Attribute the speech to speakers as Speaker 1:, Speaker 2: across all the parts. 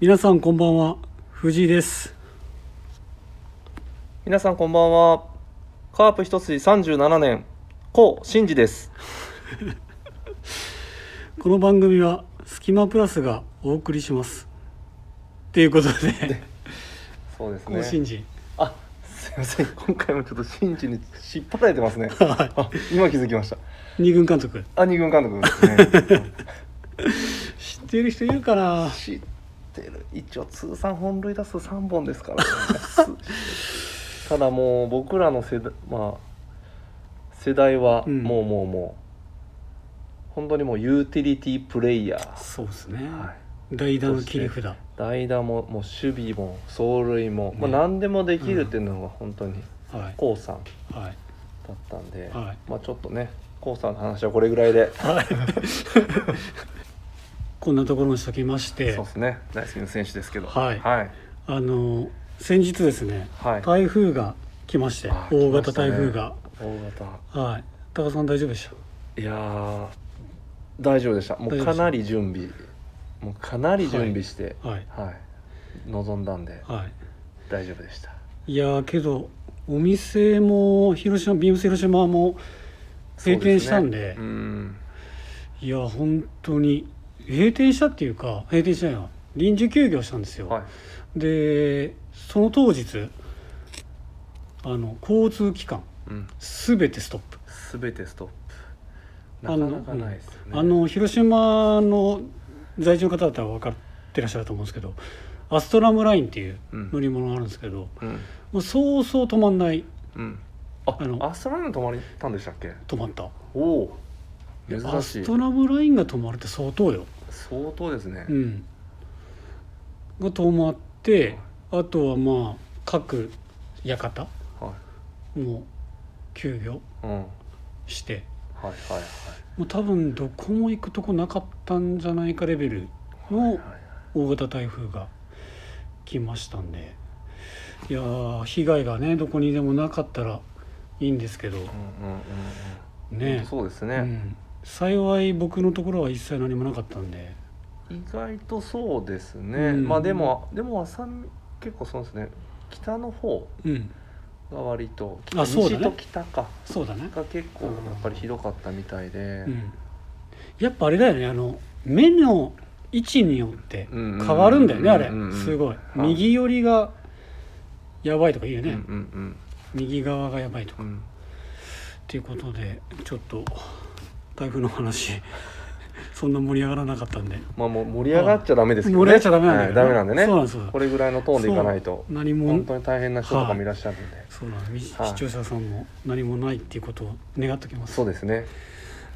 Speaker 1: 皆さんこんばんは藤井です
Speaker 2: 皆さんこんばんはカープ一筋37年コウ・シンジです
Speaker 1: この番組は「スキマプラス」がお送りしますっていうことで
Speaker 2: そうです
Speaker 1: 更新時
Speaker 2: あすいません今回もちょっとシンジに引っ張られてます ね
Speaker 1: は
Speaker 2: あ今気づきました
Speaker 1: 二軍監督
Speaker 2: あ二軍監督 ですね
Speaker 1: 知ってる人いるかな
Speaker 2: 知ってる一応通算本塁打数3本です から、ね、すただもう僕らの世代まあ世代は
Speaker 1: うん
Speaker 2: もうもうもう、本当にもうユーティリティプレイヤー
Speaker 1: そうですね、
Speaker 2: はい
Speaker 1: 代打の切り札
Speaker 2: 代打ももう守備も走塁も、
Speaker 1: ね
Speaker 2: もう何でもできるっていうのが本当に
Speaker 1: はい
Speaker 2: こうさん
Speaker 1: はい
Speaker 2: だったんで、
Speaker 1: はい
Speaker 2: まあちょっとねこうさんの話はこれぐらいで、
Speaker 1: はい こんなところにしときまして
Speaker 2: そうですね大好きな選手ですけど
Speaker 1: はい
Speaker 2: はい、
Speaker 1: あの先日ですね
Speaker 2: はい
Speaker 1: 台風が来まして
Speaker 2: あ
Speaker 1: 大型
Speaker 2: 来ましたね
Speaker 1: 台風が、
Speaker 2: 大型
Speaker 1: はい高田さん大丈夫でし
Speaker 2: いやー大丈夫でしたも
Speaker 1: 大
Speaker 2: う
Speaker 1: 丈夫で
Speaker 2: か
Speaker 1: した
Speaker 2: なり準備もうかなり準備して
Speaker 1: たはい
Speaker 2: はい、臨んだんで
Speaker 1: はい
Speaker 2: 大丈夫でした
Speaker 1: いやーけどお店も広島ビームス広島も閉店したんで
Speaker 2: そうすねうん
Speaker 1: いや本当に閉店したっていうか閉店したんや臨時休業したんですよ、
Speaker 2: はい
Speaker 1: でその当日あの交通機関
Speaker 2: うん
Speaker 1: すべてストップ、
Speaker 2: 全てストップ
Speaker 1: あ
Speaker 2: な
Speaker 1: の
Speaker 2: かなかないですよね
Speaker 1: あの広島の在住の方だったら分かってらっしゃると思うんですけどアストラムラインっていう
Speaker 2: うん
Speaker 1: 乗り物があるんですけど、
Speaker 2: うん
Speaker 1: もうそうそう止まんない
Speaker 2: うん、あ
Speaker 1: あの
Speaker 2: アストラム泊まりたんでしたっけ
Speaker 1: 止まった
Speaker 2: おお珍
Speaker 1: ア
Speaker 2: し
Speaker 1: ス
Speaker 2: い
Speaker 1: トラムラインが止まるって相当よ、
Speaker 2: 相当ですね、
Speaker 1: うん、が止まってあとはまあ各館
Speaker 2: はい
Speaker 1: も休業
Speaker 2: うん、はい
Speaker 1: して
Speaker 2: はいはい
Speaker 1: もう多分どこも行くとこなかったんじゃないかレベルの
Speaker 2: はい
Speaker 1: 大型台風が来ましたんでいやー被害がねどこにでもなかったらいいんですけど
Speaker 2: うんうんうんうん
Speaker 1: ね
Speaker 2: ほんとそうです
Speaker 1: う
Speaker 2: ね、
Speaker 1: ん、幸い僕のところは一切何もなかったんで
Speaker 2: 意外とそうですね、
Speaker 1: うん
Speaker 2: まあでもでも朝結構そうですね北の方
Speaker 1: うん
Speaker 2: が割と
Speaker 1: あそうだね
Speaker 2: 西と北か
Speaker 1: そうだね、
Speaker 2: が結構やっぱりひどかったみたいで
Speaker 1: う、ん、やっぱあれだよねあの目の位置によって変わるんだよねあれ
Speaker 2: うんうんうんうん
Speaker 1: すごい
Speaker 2: はい
Speaker 1: 右寄りがやばいとか言うよ
Speaker 2: うん、うん
Speaker 1: ね、
Speaker 2: うん
Speaker 1: 右側がやばいとか
Speaker 2: うんうん
Speaker 1: っていうことでちょっと台風の話そんな盛り上がらなかったんで
Speaker 2: まあもう盛り上がっちゃダメですけど
Speaker 1: 盛り
Speaker 2: ね
Speaker 1: 上がっちゃダメなんだけど、
Speaker 2: はいダメなんでね
Speaker 1: そうなんですよ
Speaker 2: これぐらいのトーンでいかないと
Speaker 1: 何も
Speaker 2: 本当に大変な人とかもいらっしゃるんで、
Speaker 1: そうなんです、
Speaker 2: はい
Speaker 1: 視聴者さんも何もないっていうことを願っておきます
Speaker 2: そうですね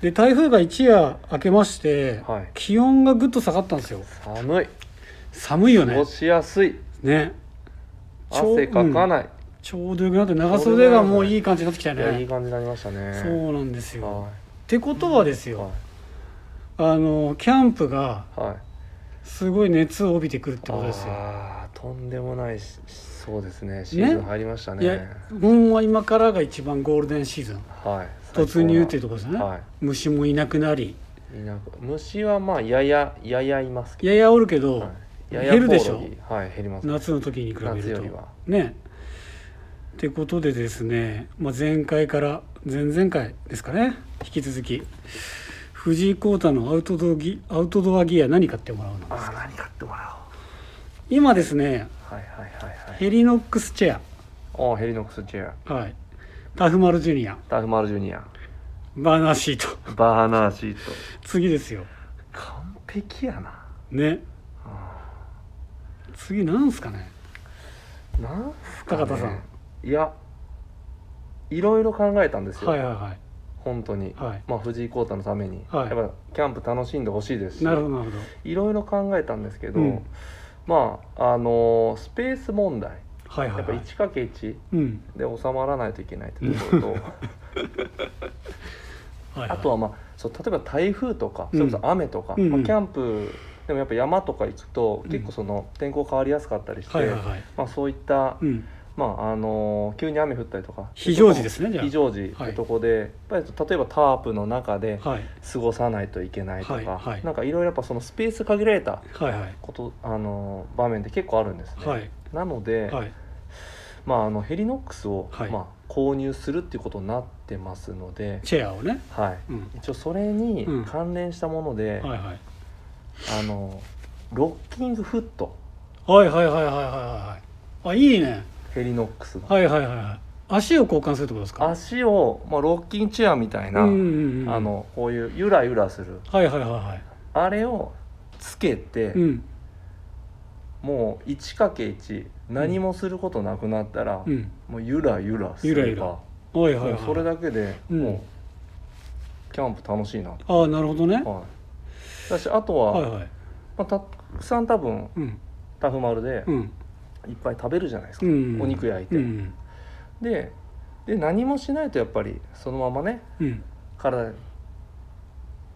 Speaker 1: で台風が一夜明けまして、
Speaker 2: はい
Speaker 1: 気温がぐっと下がったんですよ
Speaker 2: 寒い
Speaker 1: 寒いよ
Speaker 2: 過
Speaker 1: ね
Speaker 2: ごしやすい
Speaker 1: ねちょう
Speaker 2: 汗かか
Speaker 1: うん
Speaker 2: ない、
Speaker 1: ちょうどよくなって長袖がもういい感じになってきた
Speaker 2: いやい
Speaker 1: ね
Speaker 2: い感じになりましたね
Speaker 1: そうなんですよ
Speaker 2: は
Speaker 1: ってことはです
Speaker 2: いは
Speaker 1: よあのキャンプが
Speaker 2: いはい
Speaker 1: すごい熱を帯びてくるってことですよ
Speaker 2: あーとんでもないしそうですねシーズン入りました
Speaker 1: い
Speaker 2: ね
Speaker 1: やほんま今からが一番ゴールデンシーズン
Speaker 2: はい
Speaker 1: 突入っていう
Speaker 2: と
Speaker 1: ところですね、
Speaker 2: は
Speaker 1: 虫もいなくなり
Speaker 2: いいなく虫はまあややややいますけ
Speaker 1: ややおるけど、
Speaker 2: ど、はい、やや
Speaker 1: 減るでしょ
Speaker 2: コオロギはい減ります
Speaker 1: 夏の時に比べ
Speaker 2: 夏
Speaker 1: る
Speaker 2: よ
Speaker 1: と
Speaker 2: りは
Speaker 1: ねってことでですね、まあ、前回から前々回ですかね引き続き藤井耕太のアウトドアギアウトドアギア何買ってもらうの
Speaker 2: あー何買ってもら
Speaker 1: 今ですね
Speaker 2: おうはいはいはいはい
Speaker 1: ヘリノックスチェ
Speaker 2: おーヘリノックスチェア
Speaker 1: ア、はい、タフマルジュニア
Speaker 2: ダーフマールジュニア
Speaker 1: バーナーシート
Speaker 2: バーナーシート
Speaker 1: 次ですよ
Speaker 2: 完璧やな
Speaker 1: ね次なんすかね
Speaker 2: なんすか、ね、
Speaker 1: 高田さん
Speaker 2: いやいろいろ考えたんですよ、
Speaker 1: はいはいは
Speaker 2: 本当に、
Speaker 1: いはい
Speaker 2: まあ、藤井耕太のために、
Speaker 1: はい
Speaker 2: やっぱキャンプ楽しんでほしいですし
Speaker 1: なるほどなるほ
Speaker 2: いろいろ考えたんですけど、
Speaker 1: うん
Speaker 2: まああのースペース問題
Speaker 1: どはいは
Speaker 2: や
Speaker 1: い
Speaker 2: っぱ
Speaker 1: はい
Speaker 2: 1×1
Speaker 1: うん
Speaker 2: で収まらないといけないってところと、
Speaker 1: はいはい
Speaker 2: あとは、まあ、そう例えば台風とか、
Speaker 1: うん
Speaker 2: それこそ雨とか、
Speaker 1: うんうん
Speaker 2: まあ、キャンプでもやっぱ山とか行くと
Speaker 1: うん
Speaker 2: 結構その天候変わりやすかったりして、
Speaker 1: はいはいはい
Speaker 2: まあ、そういった
Speaker 1: うん
Speaker 2: まああの急に雨降ったりとか
Speaker 1: 非常時ですねじゃあ
Speaker 2: 非常時
Speaker 1: はい
Speaker 2: のとこで、やっぱり例えばタープの中で
Speaker 1: はい
Speaker 2: 過ごさないといけないとか、
Speaker 1: はいはい
Speaker 2: なんかいろいろやっぱそのスペース限られた
Speaker 1: はいはい
Speaker 2: ことあの場面って結構あるんですね、
Speaker 1: はい
Speaker 2: なので、
Speaker 1: はい
Speaker 2: まあ、あのヘリノックスを、
Speaker 1: はい
Speaker 2: まあ、購入するっていうことになってますので、
Speaker 1: チェアをね
Speaker 2: はい、
Speaker 1: うん
Speaker 2: 一応それに
Speaker 1: うん
Speaker 2: 関連したもので、
Speaker 1: はいはい
Speaker 2: あのロッキングフット
Speaker 1: はいはいはいはいはいはいあいいね
Speaker 2: ヘリノックスの、
Speaker 1: はいはいはいはい足を交換するってことですか
Speaker 2: 足を、まあ、ロッキングチェアみたいな、
Speaker 1: うんうんうん
Speaker 2: あのこういうゆらゆらする
Speaker 1: はいはいはいはい
Speaker 2: あれをつけて、
Speaker 1: うん
Speaker 2: もう 1×1 何もすることなくなったら、
Speaker 1: うん
Speaker 2: もうゆらゆらすれば
Speaker 1: ゆらゆらはいはい
Speaker 2: も
Speaker 1: は
Speaker 2: う
Speaker 1: い
Speaker 2: それだけで
Speaker 1: うん
Speaker 2: もうキャンプ楽しいなと、
Speaker 1: ああなるほどね
Speaker 2: はい、だしあとは、
Speaker 1: はいはい
Speaker 2: まあ、たくさん多分
Speaker 1: うん
Speaker 2: タフ丸で
Speaker 1: うん
Speaker 2: いっぱい食べるじゃないです
Speaker 1: う
Speaker 2: か、
Speaker 1: ん
Speaker 2: お肉焼いて、
Speaker 1: うん
Speaker 2: でで何もしないとやっぱりそのままね
Speaker 1: うん
Speaker 2: 体の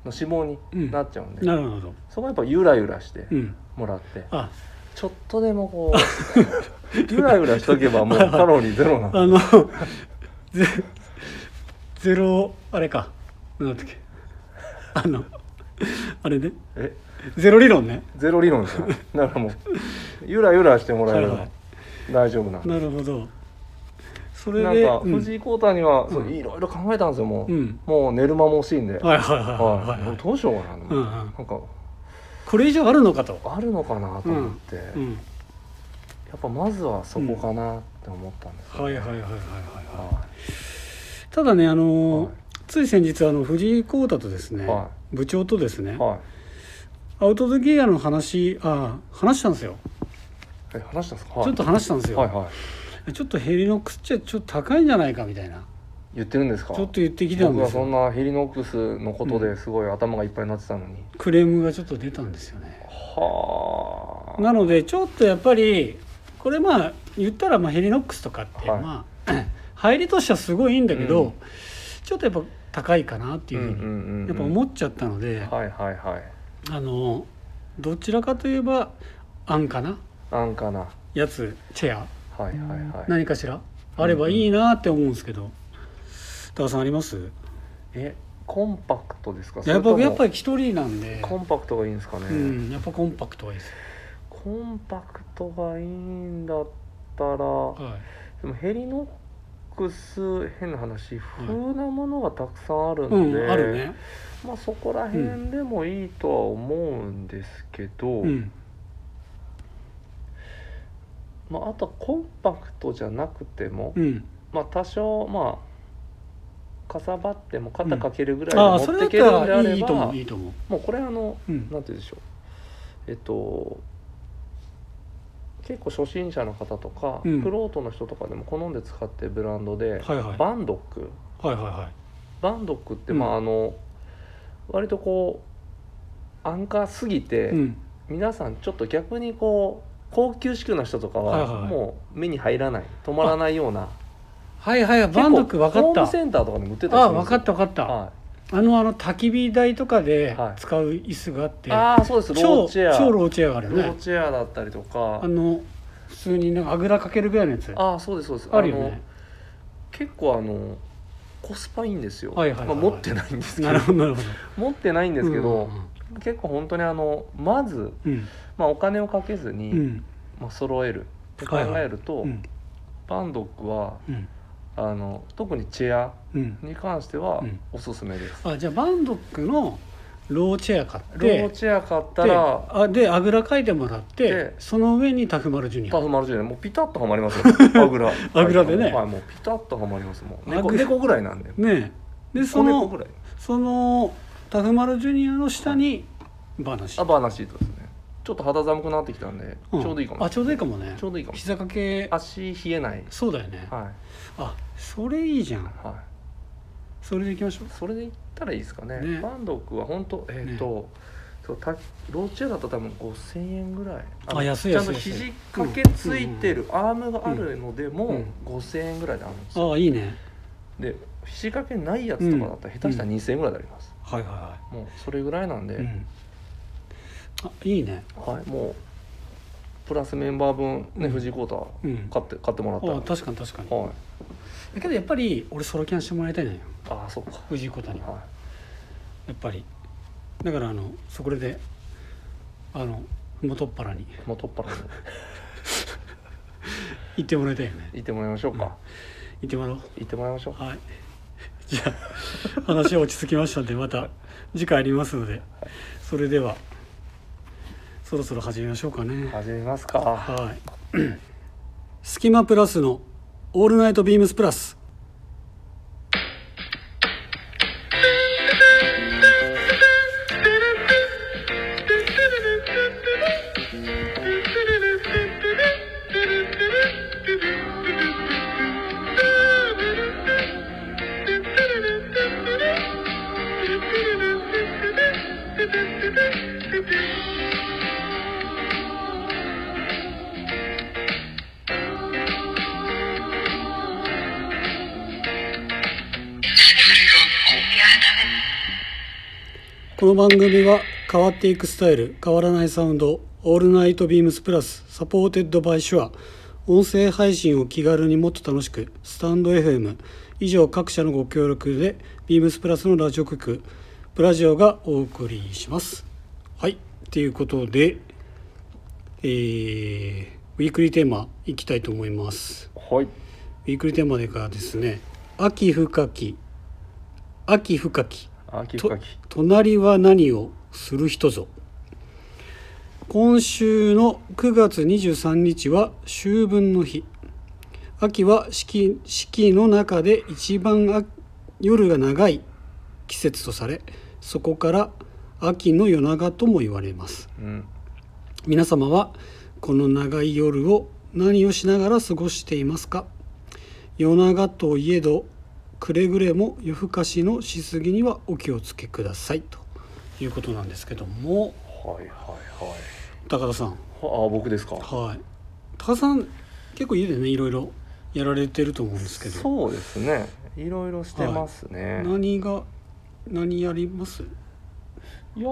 Speaker 2: 脂肪になっちゃうんで、
Speaker 1: なるほど
Speaker 2: そこはやっぱゆらゆらして
Speaker 1: うん
Speaker 2: もらって、
Speaker 1: あ
Speaker 2: ちょっとでもこう ゆらゆらしとけばもうカロリーゼロなんで
Speaker 1: あの ゼゼロあれかなんだっけあのあれね
Speaker 2: え
Speaker 1: ゼロ理論ね
Speaker 2: ゼロ理論ですよだからもうゆらゆらしてもらえれ
Speaker 1: はいは
Speaker 2: ば大丈夫なんで
Speaker 1: なるほどそれ
Speaker 2: なん
Speaker 1: で
Speaker 2: か
Speaker 1: うん
Speaker 2: 藤井耕太には、そううんいろいろ考えたんですよもう、
Speaker 1: うん
Speaker 2: もう寝る間も惜しいんで、
Speaker 1: はいはいはい
Speaker 2: は
Speaker 1: はいいはい、
Speaker 2: もうどうしようかな、
Speaker 1: うんうん
Speaker 2: なんか
Speaker 1: これ以上あるのかと、
Speaker 2: あるのかなと思って、
Speaker 1: う
Speaker 2: や
Speaker 1: ん、
Speaker 2: っぱまずはそこかなって思ったんですよ、
Speaker 1: はいはいはいはいはいは
Speaker 2: はい
Speaker 1: ただねあのー
Speaker 2: はい
Speaker 1: つい先日あの藤井耕太とですね、
Speaker 2: は
Speaker 1: 部長とです
Speaker 2: い
Speaker 1: ね、
Speaker 2: はい
Speaker 1: アウトドアギアの話ああ話したんですよ、
Speaker 2: え話したんですか、はい、
Speaker 1: ちょっと話したんですよ、
Speaker 2: はいはい
Speaker 1: ちょっとヘリノックスチェアちょっと高いんじゃないかみたいな
Speaker 2: 言ってるんですか
Speaker 1: ちょっと言ってきたん
Speaker 2: 僕
Speaker 1: で
Speaker 2: は
Speaker 1: す
Speaker 2: そん
Speaker 1: よ
Speaker 2: なヘリノックスのことですごい頭がいっぱいになってたのに、
Speaker 1: クレームがちょっと出たんですよね
Speaker 2: はあ
Speaker 1: なのでちょっとやっぱりこれまあ言ったらまあヘリノックスとかって、
Speaker 2: はい
Speaker 1: まあ 入りとしてはすごいいいんだけど、
Speaker 2: うん
Speaker 1: ちょっとやっぱ高いかなっていうふうに、
Speaker 2: ん
Speaker 1: やっぱ思っちゃったので、
Speaker 2: はいはいはい
Speaker 1: あのどちらかといえば安価な
Speaker 2: 安価なは
Speaker 1: やつチェア、
Speaker 2: いはいはい
Speaker 1: 何かしらあればいいなって思うんですけど多田さんあります
Speaker 2: えコンパクトですか
Speaker 1: やっぱ
Speaker 2: それとも
Speaker 1: やっぱり一人なんで、
Speaker 2: コンパクトがいいんですかね、
Speaker 1: うん、やっぱコンパクトがいいです、
Speaker 2: コンパクトがいいんだったらで
Speaker 1: は
Speaker 2: もヘリノックス変な話風なものがたくさんある
Speaker 1: い、
Speaker 2: ん
Speaker 1: う
Speaker 2: で、
Speaker 1: んあるね
Speaker 2: まあそこら辺でもいいとは思うんですけど、
Speaker 1: うん
Speaker 2: まあ、あとはコンパクトじゃなくても、
Speaker 1: うん
Speaker 2: まあ多少まあかさばっても肩かけるぐらい
Speaker 1: ああ
Speaker 2: で
Speaker 1: そ
Speaker 2: 持
Speaker 1: れ
Speaker 2: って
Speaker 1: だ
Speaker 2: い
Speaker 1: っ
Speaker 2: けるん
Speaker 1: た
Speaker 2: であ
Speaker 1: らい
Speaker 2: れ
Speaker 1: いと
Speaker 2: ば
Speaker 1: 思ういいと思う
Speaker 2: もうこれあの
Speaker 1: うん
Speaker 2: なんて言うんでしょうえっと結構初心者の方とか、
Speaker 1: うん
Speaker 2: クロートの人とかでも好んで使ってるブランドで、
Speaker 1: はいはい
Speaker 2: バンドック
Speaker 1: はいはいはい
Speaker 2: バンドックって、
Speaker 1: うん
Speaker 2: まああの割とこう安価すぎて、
Speaker 1: うん
Speaker 2: 皆さんちょっと逆にこう高級志向な人とか
Speaker 1: はいはい
Speaker 2: は
Speaker 1: はい
Speaker 2: もう目に入らない止まらないような
Speaker 1: はいはいバンドック分か
Speaker 2: ホ
Speaker 1: っ
Speaker 2: ー
Speaker 1: た
Speaker 2: ムセンターとかでも売ってたり
Speaker 1: あ
Speaker 2: する
Speaker 1: 分
Speaker 2: んです
Speaker 1: か
Speaker 2: よ
Speaker 1: った分かった、
Speaker 2: は
Speaker 1: あのあの焚き火台とかで
Speaker 2: はい
Speaker 1: 使う椅子があって、
Speaker 2: い、ああそうですロ
Speaker 1: 超
Speaker 2: ーチェア
Speaker 1: 超ローチェアがあるよ
Speaker 2: ロー
Speaker 1: ね
Speaker 2: チェアだったりとか
Speaker 1: あの普通になんかあぐらかけるぐらいのやつあ
Speaker 2: ああそうですそうです
Speaker 1: るよね
Speaker 2: 結構あのコスパいいんですよ、
Speaker 1: はいはいはいはい
Speaker 2: まあ、持ってないんですけ
Speaker 1: な
Speaker 2: ど
Speaker 1: るほどなるほど
Speaker 2: 持ってないんですけど、結構本当にあのまず、
Speaker 1: うん
Speaker 2: まあ、お金をかけずに、
Speaker 1: うん
Speaker 2: まあ揃えるって考
Speaker 1: はいはい
Speaker 2: えると、
Speaker 1: うん
Speaker 2: バンドックは
Speaker 1: うん
Speaker 2: あの特にチェア
Speaker 1: うん
Speaker 2: に関しては
Speaker 1: うん
Speaker 2: おすすめです、
Speaker 1: あじゃあバンドックのローチェア買っ
Speaker 2: ロー
Speaker 1: て
Speaker 2: チェア買った
Speaker 1: で
Speaker 2: ら
Speaker 1: あであぐらかいてもらって
Speaker 2: で
Speaker 1: その上にタフマルジュニ
Speaker 2: タ
Speaker 1: ア
Speaker 2: フマルジュニアもうピタッとはまります よあぐら
Speaker 1: あぐらでね
Speaker 2: はいもうピタッとはまりますもう
Speaker 1: あ
Speaker 2: 猫
Speaker 1: ぐら
Speaker 2: 猫ぐらいなんで
Speaker 1: ねえでそ
Speaker 2: 子猫ぐ
Speaker 1: の
Speaker 2: らい
Speaker 1: そのタフマルジュニアの下にバナシ
Speaker 2: あバーナーシートですねちょっと肌寒くなってきたんで、
Speaker 1: ん
Speaker 2: ちょうどいいかも
Speaker 1: あちょうどいいかもね
Speaker 2: ちょうどいいかも
Speaker 1: 膝掛け
Speaker 2: 足冷えない
Speaker 1: そうだよね
Speaker 2: は
Speaker 1: あそれいいじゃん
Speaker 2: い、は
Speaker 1: それでいきましょう
Speaker 2: い、それで言ったらいいですかね
Speaker 1: ね
Speaker 2: バンドックは本当えっ、と、そうたローチェアだったら多分5000円ぐらいの
Speaker 1: あ安い
Speaker 2: ちゃん
Speaker 1: 安
Speaker 2: と
Speaker 1: い
Speaker 2: 肘掛けついてるアームがあるのでも、5000円ぐらいであるんですよ
Speaker 1: ああいいね
Speaker 2: で肘掛けないやつとかだったら下手したら2000円ぐらいであります、
Speaker 1: はいは
Speaker 2: もうそれぐらいなんで、
Speaker 1: いはい、うん、あいいね
Speaker 2: はいもうプラスメンバー分、ね藤井浩
Speaker 1: うん
Speaker 2: 太買って買ってもらった
Speaker 1: ああ確かに確かに
Speaker 2: はい、
Speaker 1: だけどやっぱり俺ソロキャンしてもらいたいのよ
Speaker 2: ああそっか
Speaker 1: 藤井小谷は
Speaker 2: は
Speaker 1: やっぱりだからあのそこであの元っ腹に
Speaker 2: いもう取っ払って
Speaker 1: 行ってもらいたいよね
Speaker 2: 行ってもらいましょうか、
Speaker 1: 行ってもらおう
Speaker 2: 行ってもらいましょう
Speaker 1: はい じゃあ話は落ち着きましたんでまた次回ありますのでそれではそろそろ始めましょうかね
Speaker 2: 始めますか
Speaker 1: はい「スキマプラス」の「オールナイトビームスプラス」この番組は変わっていくスタイル変わらないサウンド「オールナイトビームスプラス」サポーテッドバイシュア音声配信を気軽にもっと楽しくスタンド FM 以上各社のご協力でビームスプラスのラジオ局プラジオがお送りしますはいということでえーウィークリーテーマいきたいと思います
Speaker 2: はい
Speaker 1: ウィークリーテーマでがですね秋深き秋深き
Speaker 2: 秋
Speaker 1: と
Speaker 2: 深き
Speaker 1: 隣は何をする人ぞ今週の9月23日は秋分の日秋は四季四季の中で一番あ夜が長い季節とされそこから秋の夜長とも言われます
Speaker 2: うん
Speaker 1: 皆様はこの長い夜を何をしながら過ごしていますか夜長といえどくれぐれも夜更かしのしすぎにはお気をつけくださいということなんですけども
Speaker 2: はいはいはい
Speaker 1: 高田さん
Speaker 2: ああ僕ですか
Speaker 1: はい高田さん結構家でねいろいろやられてると思うんですけど
Speaker 2: そうですねいろいろしてますね、
Speaker 1: 何が何やります
Speaker 2: い、や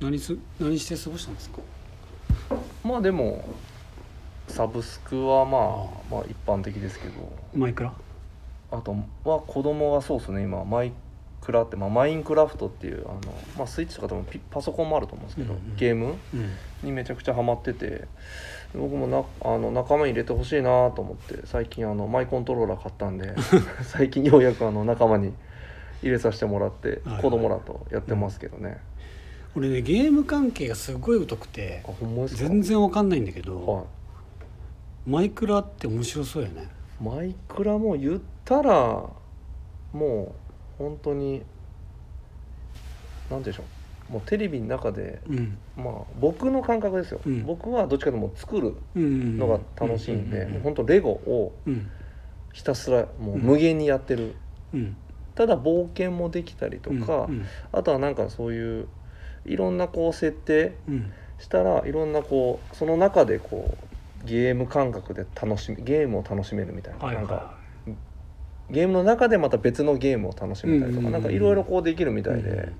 Speaker 1: 何す何して過ごしたんですか
Speaker 2: まあでもサブスクはまあまあ一般的ですけど
Speaker 1: マイクラ
Speaker 2: あとは子供がそうですね今マイクラって、まあ、マインクラフトっていうあの、まあ、スイッチとかでもピパソコンもあると思うんですけど、
Speaker 1: うんうん
Speaker 2: ゲーム
Speaker 1: うん
Speaker 2: にめちゃくちゃハマってて僕もなあの仲間に入れてほしいなと思って最近あのマイコントローラー買った んで最近ようやくあの仲間に入れさせてもらって
Speaker 1: はいはい
Speaker 2: 子供らとやってますけどね、
Speaker 1: 俺ねゲーム関係がすごい疎くて
Speaker 2: あほんまですか
Speaker 1: 全然わかんないんだけど、
Speaker 2: はい
Speaker 1: マイクラって面白そうやね
Speaker 2: マイクラも言ったらもう本当に何でしょうもうテレビの中で
Speaker 1: うん
Speaker 2: まあ僕の感覚ですよ、
Speaker 1: うん
Speaker 2: 僕はどっちかというともう作る
Speaker 1: うん
Speaker 2: のが楽しいんで、
Speaker 1: う
Speaker 2: もうん本当レゴを
Speaker 1: うん
Speaker 2: ひたすらもう無限にやってる、
Speaker 1: うん
Speaker 2: ただ冒険もできたりとか、
Speaker 1: うん
Speaker 2: あとはなんかそういういろんなこう設定
Speaker 1: うん
Speaker 2: したらいろんなこうその中でこうゲーム感覚で楽しみゲームを楽しめるみたいな,、
Speaker 1: はい
Speaker 2: なんか
Speaker 1: は
Speaker 2: ゲームの中でまた別のゲームを楽しめたりとか、
Speaker 1: うんうんうん
Speaker 2: なんかいろいろこうできるみ
Speaker 1: い
Speaker 2: たいで、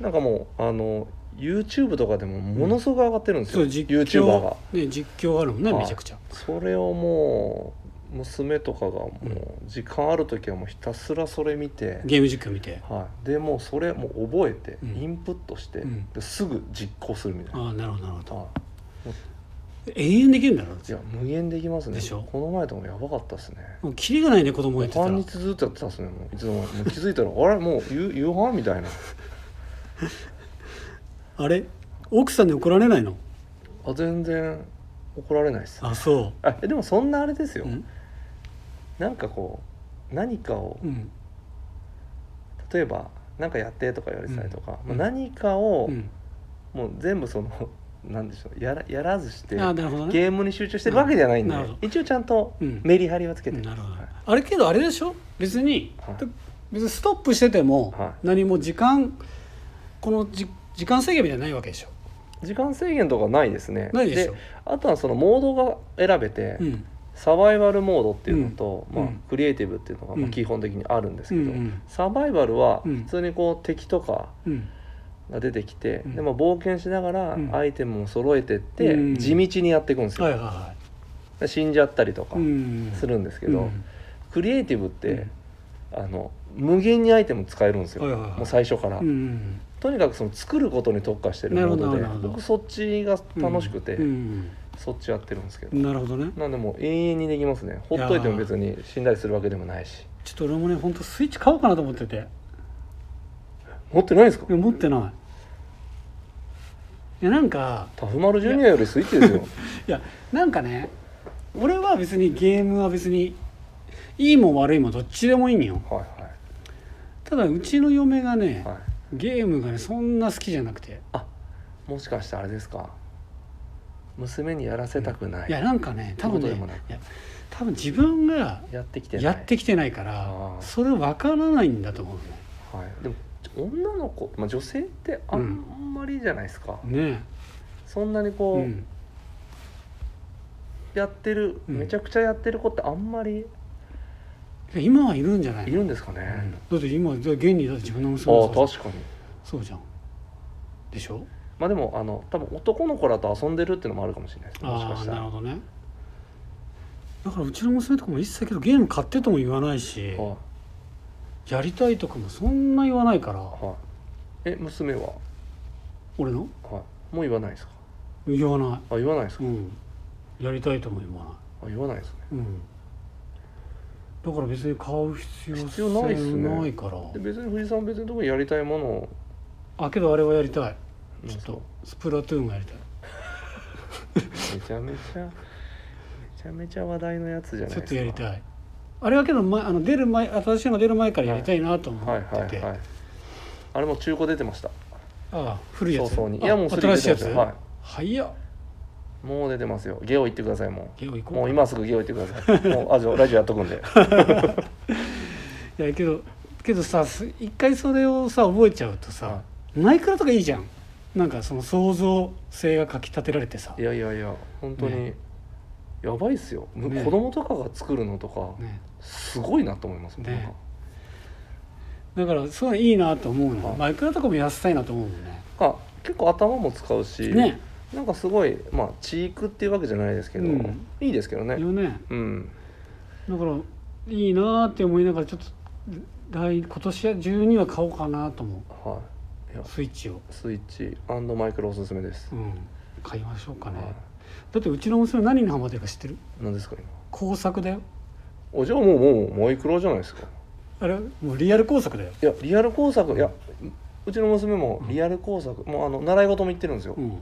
Speaker 2: なんかもうあの YouTube とかでもものすごく上がってるんです
Speaker 1: そ
Speaker 2: よ、
Speaker 1: う実況
Speaker 2: YouTuber が。
Speaker 1: ね実況あるもんね
Speaker 2: はい
Speaker 1: めちゃくちゃ
Speaker 2: それをもう娘とかがも
Speaker 1: う
Speaker 2: う時間ある時はもうひたすらそれ見て、
Speaker 1: ゲーム実況見て
Speaker 2: はい、でもうそれもう覚えて、
Speaker 1: うん
Speaker 2: インプットして、
Speaker 1: うん
Speaker 2: ですぐ実行するみたいな、
Speaker 1: ああなるほどなるほど
Speaker 2: は
Speaker 1: 永遠できるんだろう
Speaker 2: い、いや無限できますね
Speaker 1: でしょ
Speaker 2: この前ともやばかったですね
Speaker 1: もうキリがないね子供やってたら
Speaker 2: 半日ずっとやってたですねもういつの間にもう気づいたらあれもう 夕夕飯みたいな
Speaker 1: あれ奥さんに怒られないの
Speaker 2: あ全然怒られないです
Speaker 1: あそ
Speaker 2: あえでもそんなあれです
Speaker 1: う
Speaker 2: よ、
Speaker 1: うん
Speaker 2: なんかこう何かを
Speaker 1: うん
Speaker 2: 例えば何かやってとか言われてたりとか、
Speaker 1: うん
Speaker 2: まあ、何かを、
Speaker 1: うん
Speaker 2: もう全部その なんでしょうやらやらずして
Speaker 1: ああなるほどね
Speaker 2: ゲームに集中してるわけじゃないんで、
Speaker 1: なるほど
Speaker 2: 一応ちゃんと
Speaker 1: うん
Speaker 2: メリハリはつけて、
Speaker 1: なるほど
Speaker 2: はい
Speaker 1: あれけどあれでしょ別に
Speaker 2: はい
Speaker 1: だ別にストップしてても
Speaker 2: は
Speaker 1: 何も時間このじ時間制限みたいなのないわけでしょ
Speaker 2: 時間制限とかないですね
Speaker 1: ないでしょ
Speaker 2: あとはそのモードが選べて、
Speaker 1: うん
Speaker 2: サバイバルモードっていうのと、
Speaker 1: うん
Speaker 2: まあ
Speaker 1: うん、
Speaker 2: クリエイティブっていうのが
Speaker 1: う
Speaker 2: まあ
Speaker 1: ん
Speaker 2: 基本的にあるんです
Speaker 1: う
Speaker 2: け
Speaker 1: ん
Speaker 2: ど、
Speaker 1: うん
Speaker 2: サバイバルは
Speaker 1: うん
Speaker 2: 普通にこう敵とか、
Speaker 1: うん
Speaker 2: が出てきて、
Speaker 1: うん
Speaker 2: でまあ冒険しながら
Speaker 1: うん
Speaker 2: アイテムを揃えてって、
Speaker 1: うん
Speaker 2: 地道にやっていくんですよ、
Speaker 1: はいはいは
Speaker 2: 死んじゃったりとか
Speaker 1: いうん
Speaker 2: するんですけど、
Speaker 1: うん
Speaker 2: クリエイティブって、あの無限にアイテム使えるんですよ、
Speaker 1: はいはいはい
Speaker 2: もう最初から、
Speaker 1: うん
Speaker 2: とにかくその作ることに特化してる
Speaker 1: なるほ
Speaker 2: モ
Speaker 1: ど
Speaker 2: ードで
Speaker 1: なるほど
Speaker 2: 僕そっちが楽しくて、
Speaker 1: うん
Speaker 2: そっちやってるんですけど、
Speaker 1: うんなるほどね
Speaker 2: なんでもう永遠にできますねほっといても別に死んだりするわけでもないし
Speaker 1: ちょっと俺もね本当スイッチ買おうかなと思っててい
Speaker 2: 持ってないんですか
Speaker 1: や持ってないいやなんか
Speaker 2: タフマルジュニアよりスイッチですよ
Speaker 1: いやなんかね俺は別にゲームは別にいいも悪いもどっちでもいいんよ
Speaker 2: はいは
Speaker 1: ただうちの嫁がね
Speaker 2: いはい
Speaker 1: ゲームがねそんな好きじゃなくて
Speaker 2: あもしかしてあれですか娘にやらせたくない
Speaker 1: いやなんかね多分ね
Speaker 2: そうでもない
Speaker 1: いや多分自分が
Speaker 2: やってきてない
Speaker 1: やってきてないか
Speaker 2: あ
Speaker 1: ら
Speaker 2: ー
Speaker 1: それ分からないんだと思う
Speaker 2: はい、でも女の子、まあ、女性ってあんまりじゃないですか、
Speaker 1: ねね
Speaker 2: そんなに
Speaker 1: う
Speaker 2: こう、
Speaker 1: ん
Speaker 2: やってる
Speaker 1: うん
Speaker 2: めちゃくちゃやってる子ってあんまり
Speaker 1: いや今はいるんじゃない
Speaker 2: い
Speaker 1: の
Speaker 2: るんですかね、
Speaker 1: うんだって今だって現にだって自分の娘
Speaker 2: ああ
Speaker 1: もそう
Speaker 2: 確かに
Speaker 1: そうじゃんでしょ
Speaker 2: まあでもあの多分男の子らと遊んでるっていうのもあるかもしれないですねもし
Speaker 1: あ
Speaker 2: か
Speaker 1: あ
Speaker 2: した
Speaker 1: な
Speaker 2: ら
Speaker 1: る
Speaker 2: は
Speaker 1: ほどねだからうちの娘とかも一切けどゲーム買ってとも言わないし
Speaker 2: いは
Speaker 1: やりたいとかもそんな言わないから
Speaker 2: いえ娘は、は
Speaker 1: 俺の
Speaker 2: い、もう言わないですか
Speaker 1: 言わな
Speaker 2: あ言わないです
Speaker 1: い
Speaker 2: か
Speaker 1: うんやりたいとも言わ
Speaker 2: あ言わないですね
Speaker 1: ないうんだから別に買う必要
Speaker 2: 必要ないっすね
Speaker 1: ないから
Speaker 2: で別に藤井さんは別に特にやりたいものを
Speaker 1: あけどあれはやりたい
Speaker 2: な
Speaker 1: ちょ
Speaker 2: んか
Speaker 1: っとスプラトゥーンがやりたい
Speaker 2: めちゃめちゃめちゃめちゃ話題のやつじゃない
Speaker 1: ちょっ
Speaker 2: ですか
Speaker 1: とやりたいあれはけど前あの出る前新しいの出る前からやりたいなと思
Speaker 2: はい
Speaker 1: っ
Speaker 2: は
Speaker 1: てて、
Speaker 2: いはいあれも中古出てました
Speaker 1: ああ古いやつ
Speaker 2: 早々に
Speaker 1: あ
Speaker 2: いやもう
Speaker 1: 新しいやつ、
Speaker 2: 出てますよ
Speaker 1: は、
Speaker 2: はい
Speaker 1: 早っ
Speaker 2: もう出てますよゲオ行ってくださいも
Speaker 1: ゲオ行
Speaker 2: う
Speaker 1: こう
Speaker 2: もう今すぐゲオ行ってくださいもうあじゃあラジオやっとくんで
Speaker 1: いやけどけどさす一回それをさ覚えちゃうとさ、
Speaker 2: は
Speaker 1: マイクラとかいいじゃんなんかその想像性がかきたてられてさ
Speaker 2: い、いやいやいや本当に、
Speaker 1: ね
Speaker 2: やばいっすよ、む
Speaker 1: ね
Speaker 2: 子供とかが作るのとか、
Speaker 1: ね、
Speaker 2: すごいなと思いますもん、
Speaker 1: ね
Speaker 2: な
Speaker 1: だ
Speaker 2: んか
Speaker 1: からすごいいいなと思うの、
Speaker 2: はい
Speaker 1: マイクラとかも安さいなと思うもんね
Speaker 2: なんか結構頭も使うし、
Speaker 1: ね
Speaker 2: なんかすごいまあチークっていうわけじゃないですけど、
Speaker 1: うん
Speaker 2: いいですけどね
Speaker 1: よね
Speaker 2: うん
Speaker 1: だからいいなーって思いながらちょっと来今年中には買おうかなと思
Speaker 2: はいいや
Speaker 1: うスイッチを、
Speaker 2: スイッチマイクロおすすめです
Speaker 1: う、ん、買いましょうかね、
Speaker 2: は
Speaker 1: だってうちの娘何にハマってるか知ってる
Speaker 2: い何ですか今
Speaker 1: 工作だよ
Speaker 2: おじゃあもうもうマイクロじゃないですか
Speaker 1: あれもうリアル工作だよ
Speaker 2: いやリアル工作いやうちの娘もリアル工作、もうあの習い事も行ってるんですよ、
Speaker 1: うん、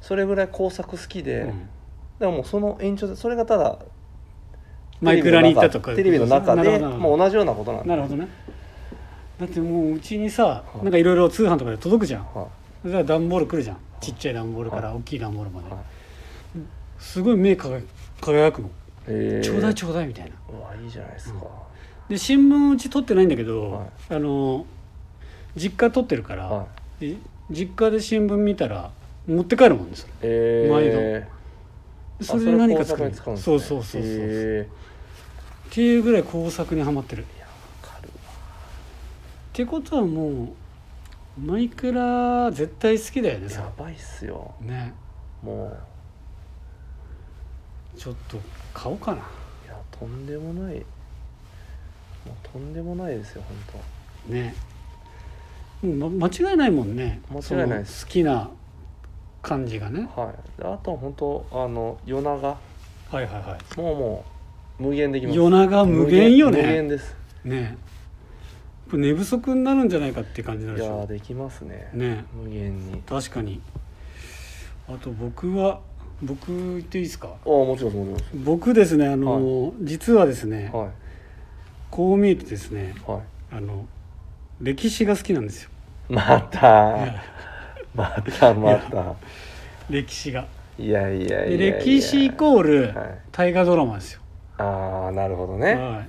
Speaker 2: それぐらい工作好きで、
Speaker 1: うん
Speaker 2: でももうその延長でそれがただ
Speaker 1: マイクラに行ったとか
Speaker 2: テレビの中
Speaker 1: なるほ
Speaker 2: で
Speaker 1: どなるほど
Speaker 2: もう同じようなことなんで
Speaker 1: なるほどねだってもううちにさ
Speaker 2: い
Speaker 1: なんかいろいろ通販とかで届くじゃん
Speaker 2: は
Speaker 1: だから段ボール来るじゃんちっちゃい段ボールから大きい段ボールまで
Speaker 2: いはい
Speaker 1: すごい目輝輝くの
Speaker 2: えー
Speaker 1: ちょうだいちょうだいみたいな
Speaker 2: うわいいじゃないですか、
Speaker 1: で新聞うち取ってないんだけど、
Speaker 2: はい
Speaker 1: あの実家取ってるから、
Speaker 2: はい
Speaker 1: で実家で新聞見たら持って帰るもんねそれ
Speaker 2: えー、
Speaker 1: それで何か作
Speaker 2: る
Speaker 1: る
Speaker 2: 使うんです
Speaker 1: そ
Speaker 2: ね
Speaker 1: うそうそうそう、
Speaker 2: え
Speaker 1: っていうぐらい工作にはまってるっ
Speaker 2: ー、いやわかる
Speaker 1: てことはもうマイクラ絶対好きだよね
Speaker 2: や
Speaker 1: さ
Speaker 2: ばいっすよ
Speaker 1: ね
Speaker 2: も
Speaker 1: ちょっと買おうかな
Speaker 2: ういやとんでもないもうとんでもないですよ本
Speaker 1: ねもう、ま、間違いないもんね
Speaker 2: 間違いないです
Speaker 1: その好きな感じがね
Speaker 2: 当はいであとは本当あの夜長も
Speaker 1: はいはいう
Speaker 2: もう無限できます
Speaker 1: 夜長無限よ
Speaker 2: 無
Speaker 1: ね
Speaker 2: 限です
Speaker 1: ねこれ寝不足になるんじゃないかって感じにないるでし
Speaker 2: やー
Speaker 1: ょ
Speaker 2: できますね
Speaker 1: ね
Speaker 2: 無限に
Speaker 1: 確かにあと僕は僕言っていいですか
Speaker 2: ああもちろんもち
Speaker 1: 僕ですねあの、実はですね、
Speaker 2: ろんはい
Speaker 1: こう見えてですね
Speaker 2: はい
Speaker 1: あの歴史が好きなんですよ
Speaker 2: またまたまた
Speaker 1: 歴史が
Speaker 2: いやいやいや
Speaker 1: で
Speaker 2: いや
Speaker 1: 歴史イコール
Speaker 2: はい
Speaker 1: 大河ドラマですよ
Speaker 2: ああなるほどね
Speaker 1: は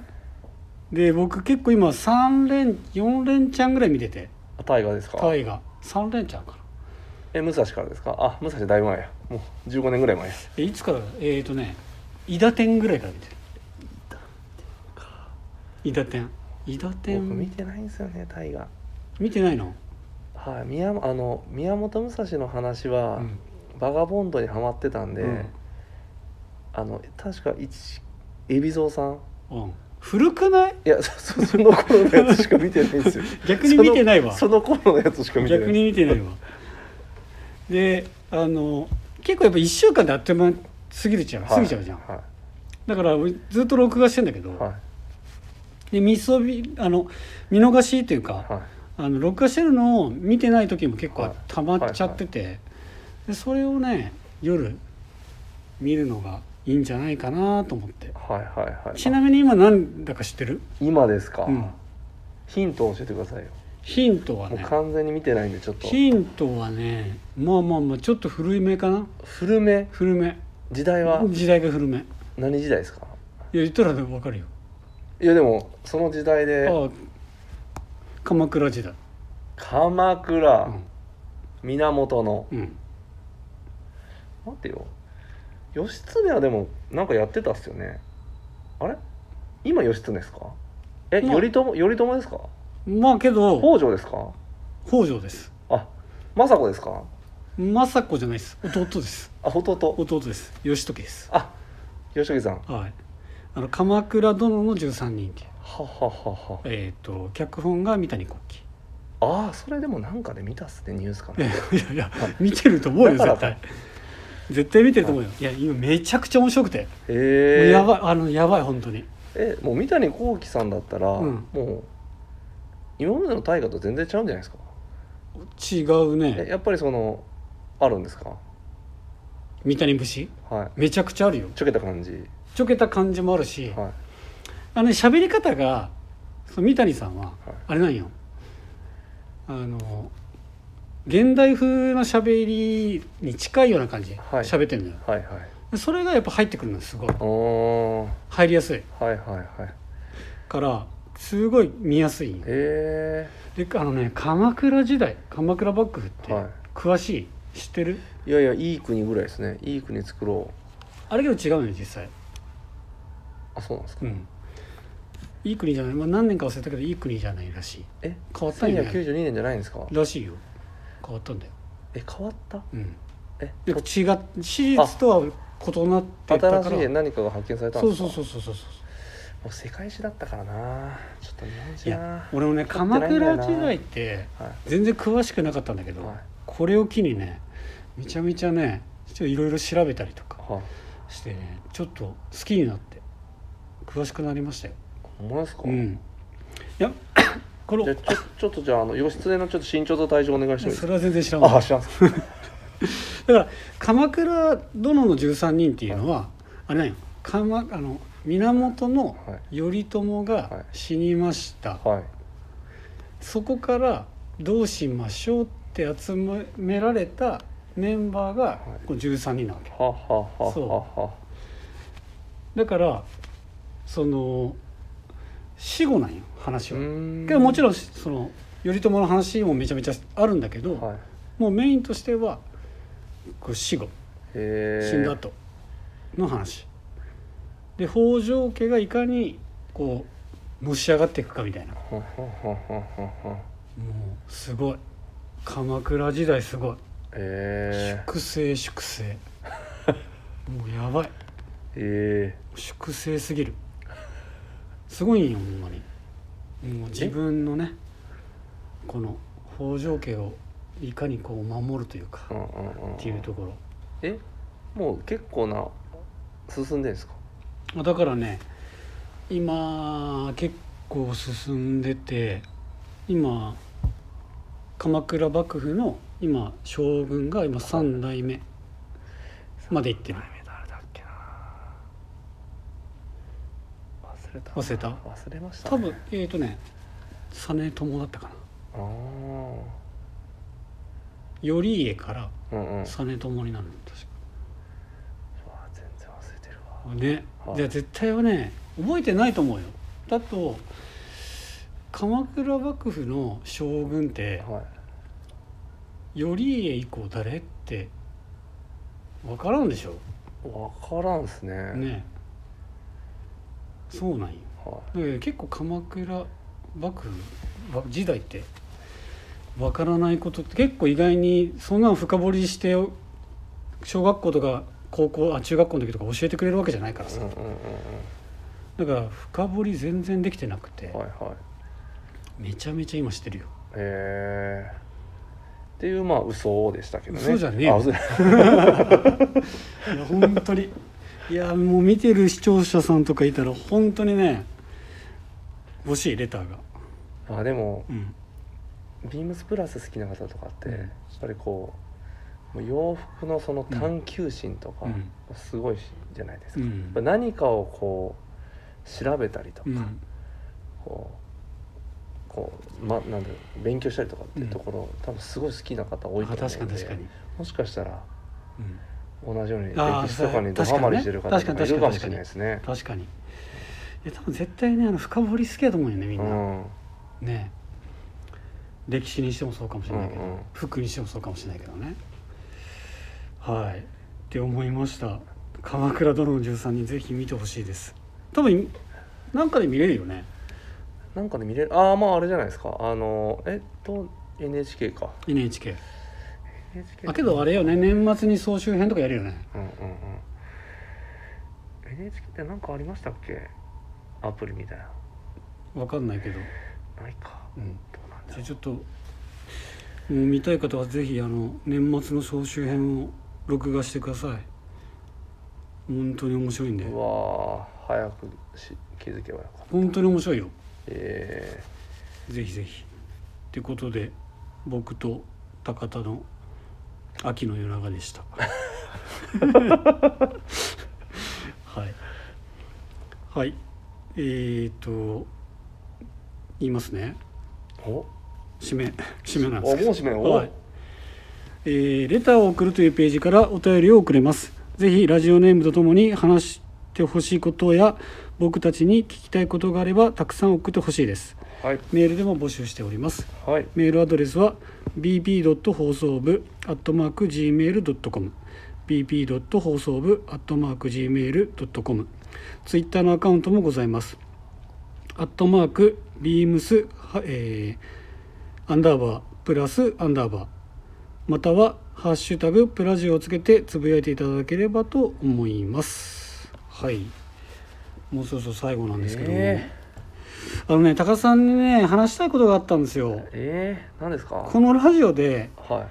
Speaker 1: い、で僕結構今三連4連チャンぐらい見てて
Speaker 2: 大河ですか
Speaker 1: 大河3連チャンかな
Speaker 2: え武蔵からですかあ武蔵だいぶ前やもう15年ぐらい前です
Speaker 1: えいつからえっ、ー、とね伊田天ぐらいから見てる伊田天伊田
Speaker 2: 僕見
Speaker 1: 天
Speaker 2: てないんですよね大河
Speaker 1: 見てないの
Speaker 2: あはい、宮あの宮本武蔵の話は、
Speaker 1: うん
Speaker 2: バガボンドにはまってたんで、
Speaker 1: うん
Speaker 2: あの確か一海老蔵さん
Speaker 1: うん、古くない
Speaker 2: いやそ そその頃のやつしか見てないんですよ
Speaker 1: 逆に見てないわ
Speaker 2: その その頃のやつしか見てない
Speaker 1: 逆に見て ないわであの結構やっぱ1週間であっという間に過ぎるじゃん、過ぎちゃうじゃん
Speaker 2: は
Speaker 1: だから俺ずっと録画してんだけど、
Speaker 2: いはい
Speaker 1: で見そびあの見逃しというか、
Speaker 2: はい
Speaker 1: あの録画してるのを見てない時も結
Speaker 2: はい
Speaker 1: 構溜まっちゃってて、でそれをね夜見るのがいいんじゃないかなと思って
Speaker 2: はいはいはい
Speaker 1: ちなみに今何だか知ってる、
Speaker 2: 今ですか、
Speaker 1: うん、
Speaker 2: ヒントを教えてくださいよ
Speaker 1: ヒントは
Speaker 2: もう
Speaker 1: ね
Speaker 2: 完全に見てないんでちょっと
Speaker 1: ヒントはねまあまあまあちょっと古いめかな
Speaker 2: 古め
Speaker 1: 古め
Speaker 2: 時代は
Speaker 1: 時代が古めいや
Speaker 2: 何時代ですか
Speaker 1: 言ったら分かるよ
Speaker 2: いやでもその時代で
Speaker 1: ああ鎌倉時代
Speaker 2: 鎌倉、
Speaker 1: うん
Speaker 2: 源の
Speaker 1: うん
Speaker 2: 待ってよ義経はでもなんかやってたっすよねあれ今義経ですかえ、
Speaker 1: まあ
Speaker 2: 頼朝頼朝ですか
Speaker 1: まあけど
Speaker 2: 北条ですか
Speaker 1: 北条です
Speaker 2: あ政子ですか
Speaker 1: 政子じゃないです弟です
Speaker 2: あ弟
Speaker 1: 弟です義時です
Speaker 2: あ義時さんは
Speaker 1: はいあの「鎌倉殿の13人」っていう、
Speaker 2: ははは
Speaker 1: えー、と脚本が三谷幸喜
Speaker 2: はあーそれでもなんかで見たっすねニュースか
Speaker 1: い
Speaker 2: な
Speaker 1: や いやいや見てると思うよ
Speaker 2: だから
Speaker 1: 絶対絶対見てると思うよいや今めちゃくちゃ面白くて、もう
Speaker 2: え
Speaker 1: やばいあのやばい本当に
Speaker 2: えもう三谷幸喜さんだったら、
Speaker 1: うん
Speaker 2: もう今までの大河と全然違うんじゃないですか
Speaker 1: 違う
Speaker 2: え
Speaker 1: ね
Speaker 2: やっぱりそのあるんですか
Speaker 1: 三谷節
Speaker 2: はい
Speaker 1: めちゃくちゃあるよ
Speaker 2: ちょけた感じ
Speaker 1: ちょけた感じもあるし、
Speaker 2: はい
Speaker 1: あのね喋り方がその三谷さんはあれなんよあの現代風の喋りに近いような感じで
Speaker 2: はい
Speaker 1: 喋ってるのよ、
Speaker 2: はいはい
Speaker 1: それがやっぱ入ってくるのよすごい
Speaker 2: おー
Speaker 1: 入りやすい
Speaker 2: はいはいはい
Speaker 1: からすごい見やすいんよ
Speaker 2: へ
Speaker 1: であのね鎌倉時代鎌倉幕府って
Speaker 2: はい
Speaker 1: 詳しい知ってる
Speaker 2: えいやいやいい国ぐらいですねいい国作ろう
Speaker 1: あれけど違うのよ実際
Speaker 2: あそうなんですか
Speaker 1: うんいい国じゃない、まあ、何年か忘れたけどいい国じゃないらしい
Speaker 2: え
Speaker 1: 変わったんやね
Speaker 2: 1992年じゃないんですから
Speaker 1: しいよ変わったんだよ
Speaker 2: え変わった
Speaker 1: うん
Speaker 2: え
Speaker 1: で違う史実とは異なってたか
Speaker 2: 新
Speaker 1: ら
Speaker 2: しい何かが発見されたん
Speaker 1: そ
Speaker 2: で
Speaker 1: う
Speaker 2: すか
Speaker 1: そうそうそうそうそう
Speaker 2: もう世界史だったからなちょっと日本
Speaker 1: い
Speaker 2: 史
Speaker 1: や
Speaker 2: な
Speaker 1: 俺もね
Speaker 2: 勝っ
Speaker 1: 鎌
Speaker 2: てないんだよ
Speaker 1: 倉
Speaker 2: な
Speaker 1: 時代って
Speaker 2: は
Speaker 1: 全然詳しくなかったんだけ
Speaker 2: い
Speaker 1: ど、
Speaker 2: はい
Speaker 1: これを機にねめちゃめちゃねちょっといろいろ調べたりとか
Speaker 2: はい
Speaker 1: してねちょっと好きになって詳しくなりましたよ
Speaker 2: ほんまですか、
Speaker 1: うんいや こ
Speaker 2: じゃ
Speaker 1: れ
Speaker 2: あちょちょっとじゃああの義経のちょっと身長と体重お願いしてもいいです
Speaker 1: そ
Speaker 2: か
Speaker 1: れは全然知らない
Speaker 2: あ
Speaker 1: だ
Speaker 2: 知らんすか
Speaker 1: から「鎌倉殿の13人」っていうのは、あれなんよ鎌あの源の
Speaker 2: はい
Speaker 1: 頼朝
Speaker 2: はい
Speaker 1: が死にました、
Speaker 2: はい
Speaker 1: そこからどうしましょうって集められたメンバーが
Speaker 2: はい
Speaker 1: こう13人なわけ
Speaker 2: ははは
Speaker 1: そう
Speaker 2: はは
Speaker 1: だからその死後なんよ話
Speaker 2: う
Speaker 1: は。
Speaker 2: ーん
Speaker 1: けどもちろ
Speaker 2: ん
Speaker 1: んその頼朝の話もめちゃめちゃあるんだけど、
Speaker 2: はい
Speaker 1: もうメインとしてはこう死後
Speaker 2: へえ
Speaker 1: 死んだ後の話、で北条家がいかにこうのし上がっていくかみたいなも
Speaker 2: ははははは
Speaker 1: うすごい鎌倉時代すごい
Speaker 2: え
Speaker 1: 粛清粛清もうやばい
Speaker 2: ー、え
Speaker 1: 粛清すぎるすごいんよほんまにもう自分のねこの北条家をいかにこう守るというか
Speaker 2: ー、うんうんうんん
Speaker 1: っていうところ
Speaker 2: えもう結構な進んでるんですか
Speaker 1: まあだからね今結構進んでて今鎌倉幕府の今将軍が今3代目まで行ってる
Speaker 2: 目誰だっけな忘れた
Speaker 1: 忘れた
Speaker 2: 忘れました、
Speaker 1: 多分えっ、とね実朝だったかな
Speaker 2: ああ
Speaker 1: 頼家から
Speaker 2: うんうんうわ
Speaker 1: 実朝になるの確
Speaker 2: 全然忘れてるわ
Speaker 1: かね
Speaker 2: はい
Speaker 1: じゃあ絶対はね覚えてないと思うよだと鎌倉幕府の将軍って
Speaker 2: はい
Speaker 1: 頼家以降誰って分からんでしょ
Speaker 2: 分からんっすね
Speaker 1: ねそうなんよ
Speaker 2: は
Speaker 1: だけど結構鎌倉幕府時代ってわからないことって結構意外にそんなの深掘りして小学校とか高校あ中学校の時とか教えてくれるわけじゃないからさ
Speaker 2: うんうんうん
Speaker 1: だから深掘り全然できてなくて
Speaker 2: うんはいはい
Speaker 1: めちゃめちゃ今してるよ
Speaker 2: へえっていうまあ嘘でしたけどね
Speaker 1: 嘘じゃねえよ
Speaker 2: あ嘘
Speaker 1: いや本当にいやもう見てる視聴者さんとかいたら本当にね欲しいレターが
Speaker 2: あでも
Speaker 1: うん
Speaker 2: ビームスプラス好きな方とかっ
Speaker 1: う
Speaker 2: て、
Speaker 1: ん
Speaker 2: やっぱりこうもう洋服のその探求心とか
Speaker 1: うん
Speaker 2: すごいじゃないですか、
Speaker 1: う
Speaker 2: や
Speaker 1: ん
Speaker 2: っぱ何かをこう調べたりとか、
Speaker 1: うん
Speaker 2: こうこう、ま、なんだろう勉強したりとかっていうところ、多分すごい好きな方多い
Speaker 1: あ
Speaker 2: と
Speaker 1: 確
Speaker 2: 思
Speaker 1: か
Speaker 2: うん
Speaker 1: に
Speaker 2: で
Speaker 1: 確かに、
Speaker 2: もしかしたら
Speaker 1: うん、
Speaker 2: 同じように
Speaker 1: あー
Speaker 2: 歴史とかにドハマりしてる方
Speaker 1: 確か
Speaker 2: と
Speaker 1: に
Speaker 2: か
Speaker 1: ね
Speaker 2: いるかもしれないですね。
Speaker 1: 確かにいや多分絶対ねあの深掘り好きだと思うよねみん
Speaker 2: う
Speaker 1: な、
Speaker 2: ん、うん
Speaker 1: ね歴史にしてもそうかもし
Speaker 2: う
Speaker 1: れないけど、
Speaker 2: ん
Speaker 1: 服にしてもそうかもしれないけどねはいって思いました鎌倉殿の13人ぜひ見てほしいです多分なんかで見れるよね
Speaker 2: なんかで見れるああまああれじゃないですかあのえっと NHK か
Speaker 1: NHK
Speaker 2: NHK
Speaker 1: あけどあれよね年末に総集編とかやるよね
Speaker 2: うんうんうん NHK ってなんかありましたっけアプリみたいな
Speaker 1: わかんないけど
Speaker 2: ないか
Speaker 1: うん
Speaker 2: どうなんだ
Speaker 1: じゃあ
Speaker 2: ろう
Speaker 1: ちょっともう見たい方はぜひあの年末の総集編を録画してください本当に面白いんで
Speaker 2: うわー早くし気づけばよかった
Speaker 1: 本当に面白いよ
Speaker 2: え
Speaker 1: ぜひぜひってことで僕と高田の秋の夜長で したはいはいえー、っと言いますね
Speaker 2: ー、お
Speaker 1: 締め締めなん
Speaker 2: あ
Speaker 1: ですけど
Speaker 2: もうしめんお、
Speaker 1: はいえーレターを送るというページからお便りを送れますぜひラジオネームとともに話してほしいことや僕たちに聞きたいことがあればたくさん送ってほしいです
Speaker 2: はい
Speaker 1: メールでも募集しております
Speaker 2: はい
Speaker 1: メールアドレスは bp. 放送部 .gmail.com bp. 放送部 .gmail.com ツイッターのアカウントもございますアットマークビームスはえーアンダーバープラスアンダーバーまたはハッシュタグプラジオをつけてつぶやいていただければと思いますはいもうそろそろ最後なんですけども、
Speaker 2: え
Speaker 1: あのね高田さんにね話したいことがあったんですよ
Speaker 2: ー、えー、何ですか
Speaker 1: このラジオで
Speaker 2: はい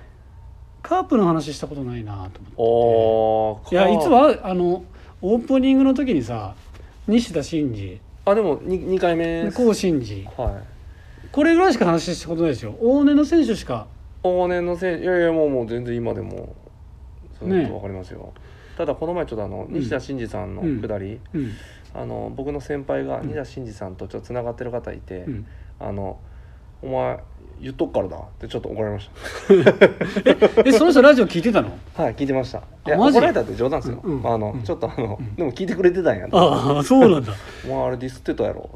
Speaker 1: カープの話したことないなと思
Speaker 2: お
Speaker 1: っ
Speaker 2: ー
Speaker 1: ていや
Speaker 2: か
Speaker 1: いつもああのオープニングの時にさ西田真二
Speaker 2: あでも 2, 二回目
Speaker 1: で
Speaker 2: です
Speaker 1: 高真二
Speaker 2: はい
Speaker 1: これぐらいしか話したことないですよ大根の選手しか
Speaker 2: 往年のせいいやいやもうもう全然今でもず
Speaker 1: ね
Speaker 2: っとわかりますよ、ただこの前ちょっとあの
Speaker 1: ん
Speaker 2: 西田真二さんの
Speaker 1: うん
Speaker 2: くだり、
Speaker 1: うん
Speaker 2: あの僕の先輩が
Speaker 1: うん
Speaker 2: 西田真二さんとちょっとつながってる方いて、
Speaker 1: うん
Speaker 2: あの「お前言っとくからだ」ってちょっと怒られまし
Speaker 1: えその人ラジオ聞いてたの
Speaker 2: た はい聞いてましたい
Speaker 1: あ
Speaker 2: や
Speaker 1: マジ
Speaker 2: 怒られたって冗談ですよ、
Speaker 1: うん
Speaker 2: あの
Speaker 1: うん
Speaker 2: ちょっとあの、
Speaker 1: うん
Speaker 2: でも聞いてくれてたんやな
Speaker 1: ああそうなんだ
Speaker 2: お前あれディスってたやろ」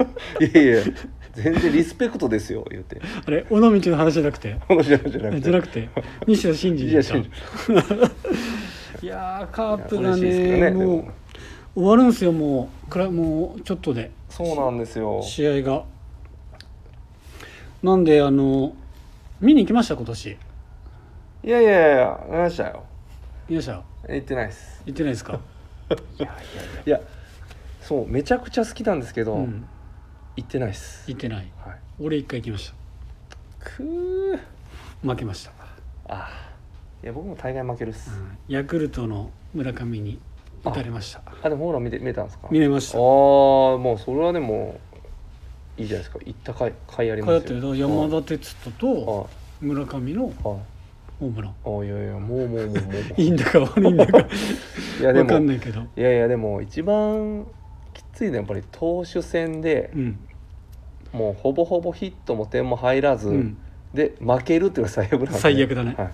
Speaker 2: いやいや全然リスペクトですよ」言って
Speaker 1: あれ尾道の話じゃなくて
Speaker 2: 面白いじゃな
Speaker 1: え
Speaker 2: く
Speaker 1: じゃな
Speaker 2: て
Speaker 1: くて西田真二
Speaker 2: 西
Speaker 1: で
Speaker 2: 田
Speaker 1: した
Speaker 2: 真二
Speaker 1: いやーカープ
Speaker 2: 嬉
Speaker 1: が
Speaker 2: しいです
Speaker 1: ね
Speaker 2: けどねで
Speaker 1: も
Speaker 2: も
Speaker 1: う終わるんですよもうくらもうちょっとで
Speaker 2: そうなんですよ
Speaker 1: 試合がなんであの見に行きました今年
Speaker 2: いやいやいや何したよ
Speaker 1: 皆さん
Speaker 2: 行ってないです
Speaker 1: 行ってないですか、
Speaker 2: いやそうめちゃくちゃ好きなんですけど、
Speaker 1: うん、
Speaker 2: 行ってないです、
Speaker 1: 行ってない
Speaker 2: はい、
Speaker 1: 俺一回行きました
Speaker 2: くー
Speaker 1: 負けました、
Speaker 2: あーいや僕も大概負けるっす、
Speaker 1: うんヤクルトの村上に打たれました
Speaker 2: あでもほら見て見えたんですか
Speaker 1: 見
Speaker 2: あ
Speaker 1: れまし
Speaker 2: あ
Speaker 1: た
Speaker 2: ーもうそれはでもいいじゃないですか行った回回あります
Speaker 1: だ
Speaker 2: よ
Speaker 1: って山田哲人と
Speaker 2: は
Speaker 1: 村上の
Speaker 2: いはい
Speaker 1: ホームラン
Speaker 2: あいやいやもうもうもうもうもう
Speaker 1: いいんだか悪いんだか
Speaker 2: いやで
Speaker 1: 分かん
Speaker 2: も
Speaker 1: ないけど
Speaker 2: いやいやでも一番きついのはやっぱり投手戦で
Speaker 1: う、ん、
Speaker 2: もうほぼほぼヒットも点も入らず、
Speaker 1: うん、
Speaker 2: で負けるっていうのが最悪なんで
Speaker 1: 最悪だね
Speaker 2: はい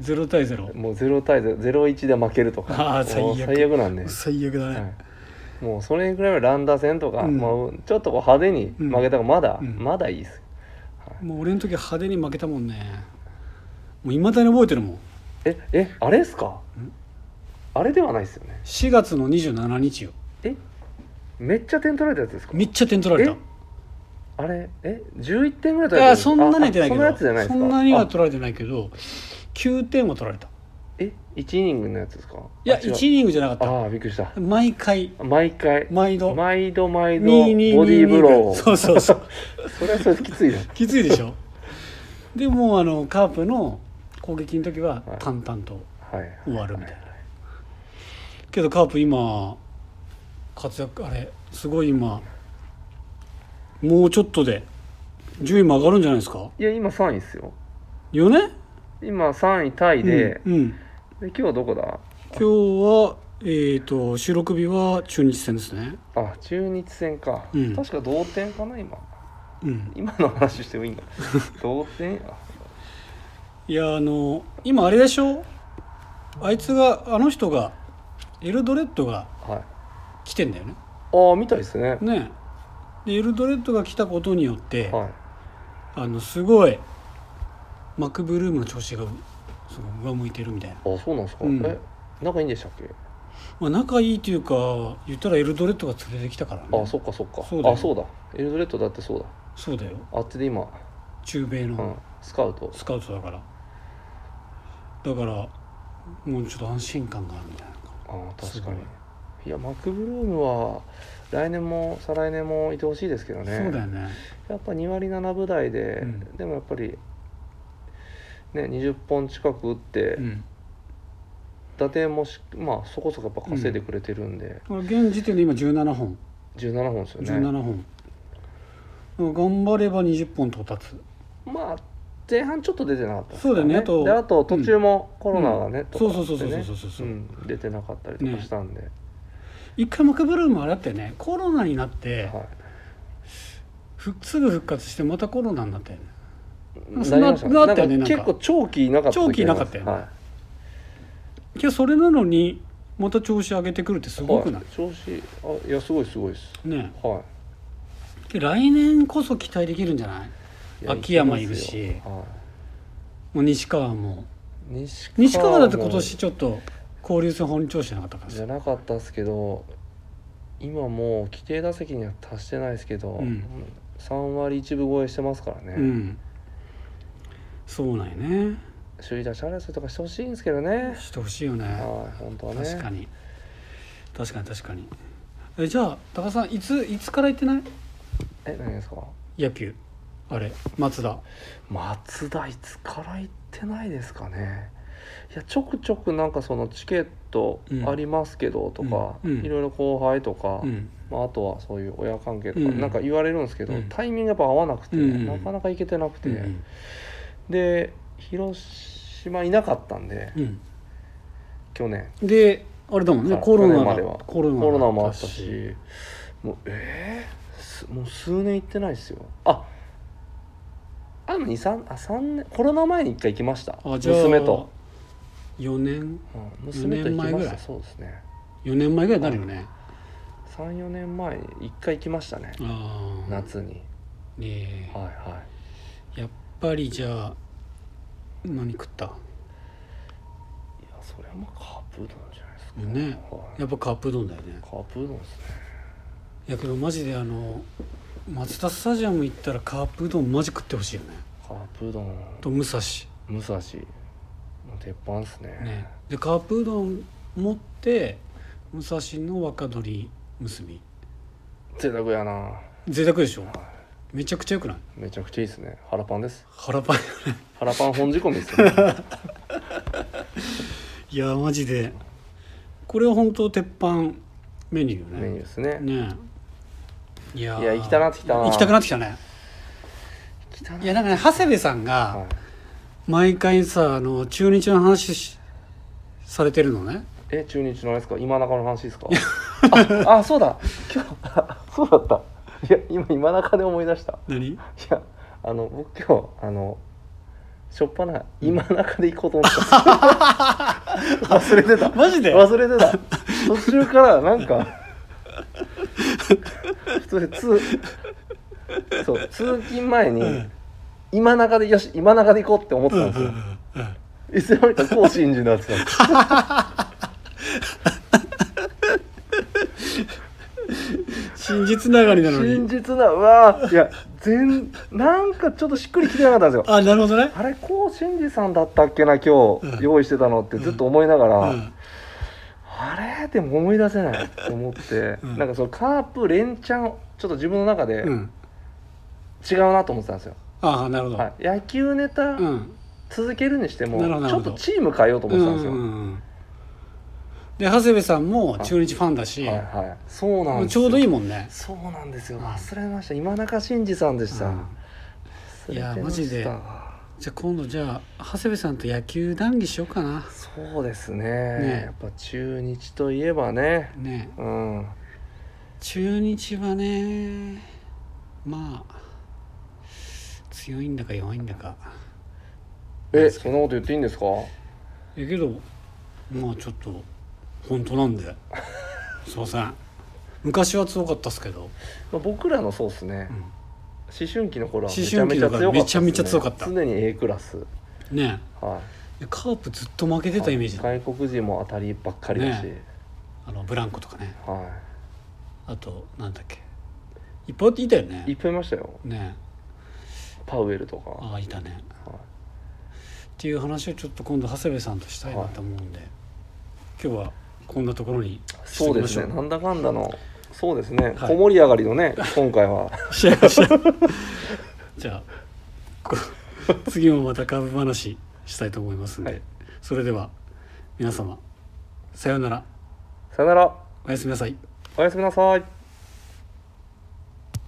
Speaker 1: 0対0
Speaker 2: もう0対0 0-1で負けるとか
Speaker 1: あー最悪
Speaker 2: もう最悪なんで、
Speaker 1: 最悪だね、
Speaker 2: はい、もうそれぐらいは乱打戦とか、
Speaker 1: うん
Speaker 2: まあ、ちょっとこう派手に負けたらまだ、
Speaker 1: うん
Speaker 2: まだいいです
Speaker 1: もう俺の時派手に負けたもんねもういまだに覚えてるもん
Speaker 2: ええあれですか
Speaker 1: うん
Speaker 2: あれではないですよね
Speaker 1: 4月の27日よ
Speaker 2: えめっちゃ点取られたやつですか
Speaker 1: めっちゃ点取られた
Speaker 2: えああれえ11点ぐらい
Speaker 1: いやそんなに
Speaker 2: ね
Speaker 1: は出ないけど
Speaker 2: そんなやつじゃないですか
Speaker 1: そんなには
Speaker 2: あ
Speaker 1: 取られてないけど9点は取られた
Speaker 2: え1イニングのやつですか
Speaker 1: いや
Speaker 2: あ違
Speaker 1: 1
Speaker 2: う
Speaker 1: イニングじゃなかっ
Speaker 2: ああびっくりした
Speaker 1: た毎回
Speaker 2: 毎回
Speaker 1: 毎度
Speaker 2: 毎度毎度ボデ
Speaker 1: 222
Speaker 2: ィーブロ
Speaker 1: そ
Speaker 2: ー
Speaker 1: うそうそう
Speaker 2: それはそれできついな
Speaker 1: きついでしょでもうあのカープの攻撃の時は
Speaker 2: はい
Speaker 1: 淡々と
Speaker 2: はい
Speaker 1: 終わるみたいなけどカープ今活躍あれすごい今もうちょっとで順位も上がるんじゃないですか
Speaker 2: いや今3位ですよ
Speaker 1: よね
Speaker 2: 今3位タイで,、
Speaker 1: うんうん、
Speaker 2: で今日どこだ
Speaker 1: 今日はえっ、と収録日は中日戦ですね
Speaker 2: あ中日戦か、
Speaker 1: うん
Speaker 2: 確か同点かな今
Speaker 1: うん
Speaker 2: 今の話してもいい んだ同点あ
Speaker 1: いやあの今あれでしょあいつがあの人がエルドレッドが
Speaker 2: はい
Speaker 1: 来てんだよね
Speaker 2: ああみたいですね
Speaker 1: ねでエルドレッドが来たことによって、
Speaker 2: は
Speaker 1: あのすごいマクブルームの調子がその上向いてるみたいな、
Speaker 2: いあそうなんですか、
Speaker 1: うん
Speaker 2: え仲いいんでしたっけ
Speaker 1: まあ、仲いいというか言ったらエルドレッドが連れてきたからね
Speaker 2: あそっかそっか
Speaker 1: そうだよ
Speaker 2: あそうだエルドレッドだってそうだ
Speaker 1: そうだよ
Speaker 2: あっちで今、
Speaker 1: 中米
Speaker 2: うん
Speaker 1: の
Speaker 2: スカウト
Speaker 1: スカウトだから、だからもうちょっと安心感があるみたいな
Speaker 2: ああ
Speaker 1: す
Speaker 2: 確
Speaker 1: ご
Speaker 2: か
Speaker 1: い
Speaker 2: にいやマックブルームは来年も再来年もいてほしいですけどね
Speaker 1: そうだよね
Speaker 2: やっぱ2割7分台で、
Speaker 1: うん
Speaker 2: でもやっぱりね20本近く打って、
Speaker 1: うん
Speaker 2: 打点もしまあそこそこやっぱ稼いでくれてるんで、
Speaker 1: だから現時点で今17本
Speaker 2: 17本ですよね
Speaker 1: 17本、頑張れば20本到達
Speaker 2: まあ前半ちょっと出てなかったです
Speaker 1: そうだよねあと
Speaker 2: であと途中もコロナがね、
Speaker 1: うん
Speaker 2: とかあってね
Speaker 1: そうそうそうそうそうそう
Speaker 2: うん出てなかったりとかしたんで、
Speaker 1: 一回マクブルームあれだったよねコロナになって、
Speaker 2: は
Speaker 1: ふすぐ復活してまたコロナになったよね
Speaker 2: い
Speaker 1: そんな
Speaker 2: りましたね
Speaker 1: なったよね
Speaker 2: なんか
Speaker 1: なん
Speaker 2: 結
Speaker 1: か
Speaker 2: 構長期いなかった
Speaker 1: 長期いなかったよね
Speaker 2: はい
Speaker 1: けどそれなのにまた調子上げてくるってすごくない
Speaker 2: は、い、調子あいやすごいすごいです
Speaker 1: ね
Speaker 2: は
Speaker 1: で来年こそ期待できるんじゃない
Speaker 2: いいや
Speaker 1: 秋山いる
Speaker 2: 行きますよは
Speaker 1: もう西川も
Speaker 2: い、西川
Speaker 1: 西川だって
Speaker 2: も
Speaker 1: 今年ちょっと交流戦本調子じゃなかったから
Speaker 2: じ
Speaker 1: さ
Speaker 2: ゃなかったですけど今もう規定打席には達してないですけど、
Speaker 1: うん
Speaker 2: 3割1分超えしてますからね、
Speaker 1: うんそうなんやね
Speaker 2: 首位打者争いとかしてほしいんですけどね、
Speaker 1: してほしいよね
Speaker 2: はい本当はね
Speaker 1: 確かに確かに確かにえじゃあ高田さんいついつから行ってない
Speaker 2: え何ですか
Speaker 1: 野球あれ松田
Speaker 2: 松田いつから行ってないですかねいやちょくちょくなんかそのチケット
Speaker 1: うん
Speaker 2: ありますけどとか、
Speaker 1: うんうん
Speaker 2: いろいろ後輩とか、
Speaker 1: うん
Speaker 2: まあ、あとはそういう親関係とか、
Speaker 1: うん
Speaker 2: なんか言われるんですけど、
Speaker 1: うん
Speaker 2: タイミングやっぱ合わなくて、
Speaker 1: うん
Speaker 2: なかなか行けてなくて、
Speaker 1: うん
Speaker 2: で広島いなかったんで
Speaker 1: うん
Speaker 2: 去年
Speaker 1: であれだもんね
Speaker 2: あ
Speaker 1: コロ
Speaker 2: 去
Speaker 1: ナ
Speaker 2: 年ま
Speaker 1: が
Speaker 2: では
Speaker 1: コロナ
Speaker 2: コロナ
Speaker 1: だ
Speaker 2: もあったしもうえーすもう数年行ってないですよああの23あ三年コロナ前に一回行きました
Speaker 1: あじゃあ
Speaker 2: 娘と、
Speaker 1: 4年
Speaker 2: うん、娘と行
Speaker 1: 四年前
Speaker 2: きま
Speaker 1: ぐ
Speaker 2: し
Speaker 1: ら
Speaker 2: た
Speaker 1: い
Speaker 2: そうですね
Speaker 1: 4年前ぐらいになるよね
Speaker 2: 34年前に一回行きましたね
Speaker 1: ああ
Speaker 2: 夏に
Speaker 1: ね
Speaker 2: はいは
Speaker 1: えやっぱりじゃあ何食った
Speaker 2: いいやそれはまあカープうどんじゃないですか
Speaker 1: ね
Speaker 2: はい
Speaker 1: やっぱカップ丼だよね
Speaker 2: カープうどんですね
Speaker 1: いやけどマジであのマツダスタジアム行ったらカープうどんマジ食ってほしいよね
Speaker 2: カープうどん
Speaker 1: と武蔵
Speaker 2: 武蔵の鉄板ですね
Speaker 1: ねでカープうどん持って武蔵の若鶏結び
Speaker 2: 贅沢やな
Speaker 1: 贅沢でしょめちゃくちゃよくない
Speaker 2: めちゃくちゃいいですね腹パンです
Speaker 1: 腹パン
Speaker 2: 腹パン本仕込みですよ、 ね、
Speaker 1: いやマジでこれは本当鉄板メニューよね
Speaker 2: メニューですね
Speaker 1: ねえいやー
Speaker 2: いや行きたなってきたな
Speaker 1: 行きたくなってきたね
Speaker 2: 汚
Speaker 1: いやなんかね長谷部さん
Speaker 2: は
Speaker 1: が毎回さあの中日の話しされてるのね
Speaker 2: い、え中日のあれですか今中の話 ですかああそうだ今日あ そうだったいや今今中で思い出したい
Speaker 1: 何
Speaker 2: やあの僕今日あのしょっぱな今中で行こうと 思った、忘れてた
Speaker 1: マジで
Speaker 2: 忘れてた途中からなんかそれ通そう通勤前に、
Speaker 1: うん
Speaker 2: 今中でよし今中で行こうって思ってたんですよ、いつの間にかこう信じになってたんですよ
Speaker 1: 真実流れなのに
Speaker 2: 真実なうわーいや全なんかちょっとしっくりきてなかったんですよ
Speaker 1: あなるほどね
Speaker 2: あれこうしんじさんだったっけな今
Speaker 1: うん
Speaker 2: 日用意してたのってずっと思いながら、
Speaker 1: うん
Speaker 2: あれでも思い出せないと思って、
Speaker 1: うん
Speaker 2: なんかそのカープ連チャンちょっと自分の中で
Speaker 1: うん
Speaker 2: 違うなと思ってたんですよ、
Speaker 1: ああなるほど、
Speaker 2: はい、野球ネタ
Speaker 1: うん
Speaker 2: 続けるにしても、
Speaker 1: なるほどな
Speaker 2: ち
Speaker 1: るほ
Speaker 2: ょっ
Speaker 1: ど
Speaker 2: とチーム変えようと思ってたんですよ、
Speaker 1: うんうんうんで長谷部さんも中日ファンだし、
Speaker 2: はいはいそうなん
Speaker 1: もう
Speaker 2: です
Speaker 1: ち
Speaker 2: よ
Speaker 1: ょうどいいもんね
Speaker 2: そうなんですよ
Speaker 1: うん
Speaker 2: 忘れました今中真二さんでした、
Speaker 1: うん
Speaker 2: 忘れ
Speaker 1: い
Speaker 2: てました
Speaker 1: やマジでじゃあ今度じゃあ長谷部さんと野球談義しようかな
Speaker 2: そうですね
Speaker 1: ね
Speaker 2: やっぱ中日といえばね
Speaker 1: ね
Speaker 2: うん
Speaker 1: 中日はねまあ強いんだか弱いんだか
Speaker 2: えそんなこと言っていいんですか
Speaker 1: えけどまあちょっと本当なん ですいません昔は強かったっすけど、
Speaker 2: まあ僕らのそうですね、
Speaker 1: う
Speaker 2: 思春期の頃はめ
Speaker 1: 思
Speaker 2: ちゃ
Speaker 1: 春
Speaker 2: め
Speaker 1: 期
Speaker 2: ち
Speaker 1: の
Speaker 2: ゃ強かった
Speaker 1: 頃
Speaker 2: っすね、
Speaker 1: めちゃめちゃ強かった
Speaker 2: 常に A クラス
Speaker 1: ん、ね
Speaker 2: は
Speaker 1: えカープずっと負け
Speaker 2: い
Speaker 1: てたイメージ
Speaker 2: 外国人も当たりばっかりだし、
Speaker 1: ねあのブランコとかね
Speaker 2: は
Speaker 1: あとなんだっけいっぱいいたよね
Speaker 2: いいっぱいいましたよ
Speaker 1: ね
Speaker 2: パウエルとか、は
Speaker 1: ああいたね
Speaker 2: い
Speaker 1: っていう話をちょっと今度長谷部さんとしたいなと思うんで、今日はこんなところにして
Speaker 2: そう
Speaker 1: み
Speaker 2: で
Speaker 1: まし
Speaker 2: す
Speaker 1: ょう
Speaker 2: ねなんだかんだのそうですね、
Speaker 1: はい
Speaker 2: 小盛り上がりのね今回は
Speaker 1: しました。 じゃあこ次もまた株話したいと思いますんで、
Speaker 2: はい
Speaker 1: それでは皆様さようなら
Speaker 2: さよなら
Speaker 1: おやすみなさい。
Speaker 2: おやすみなさい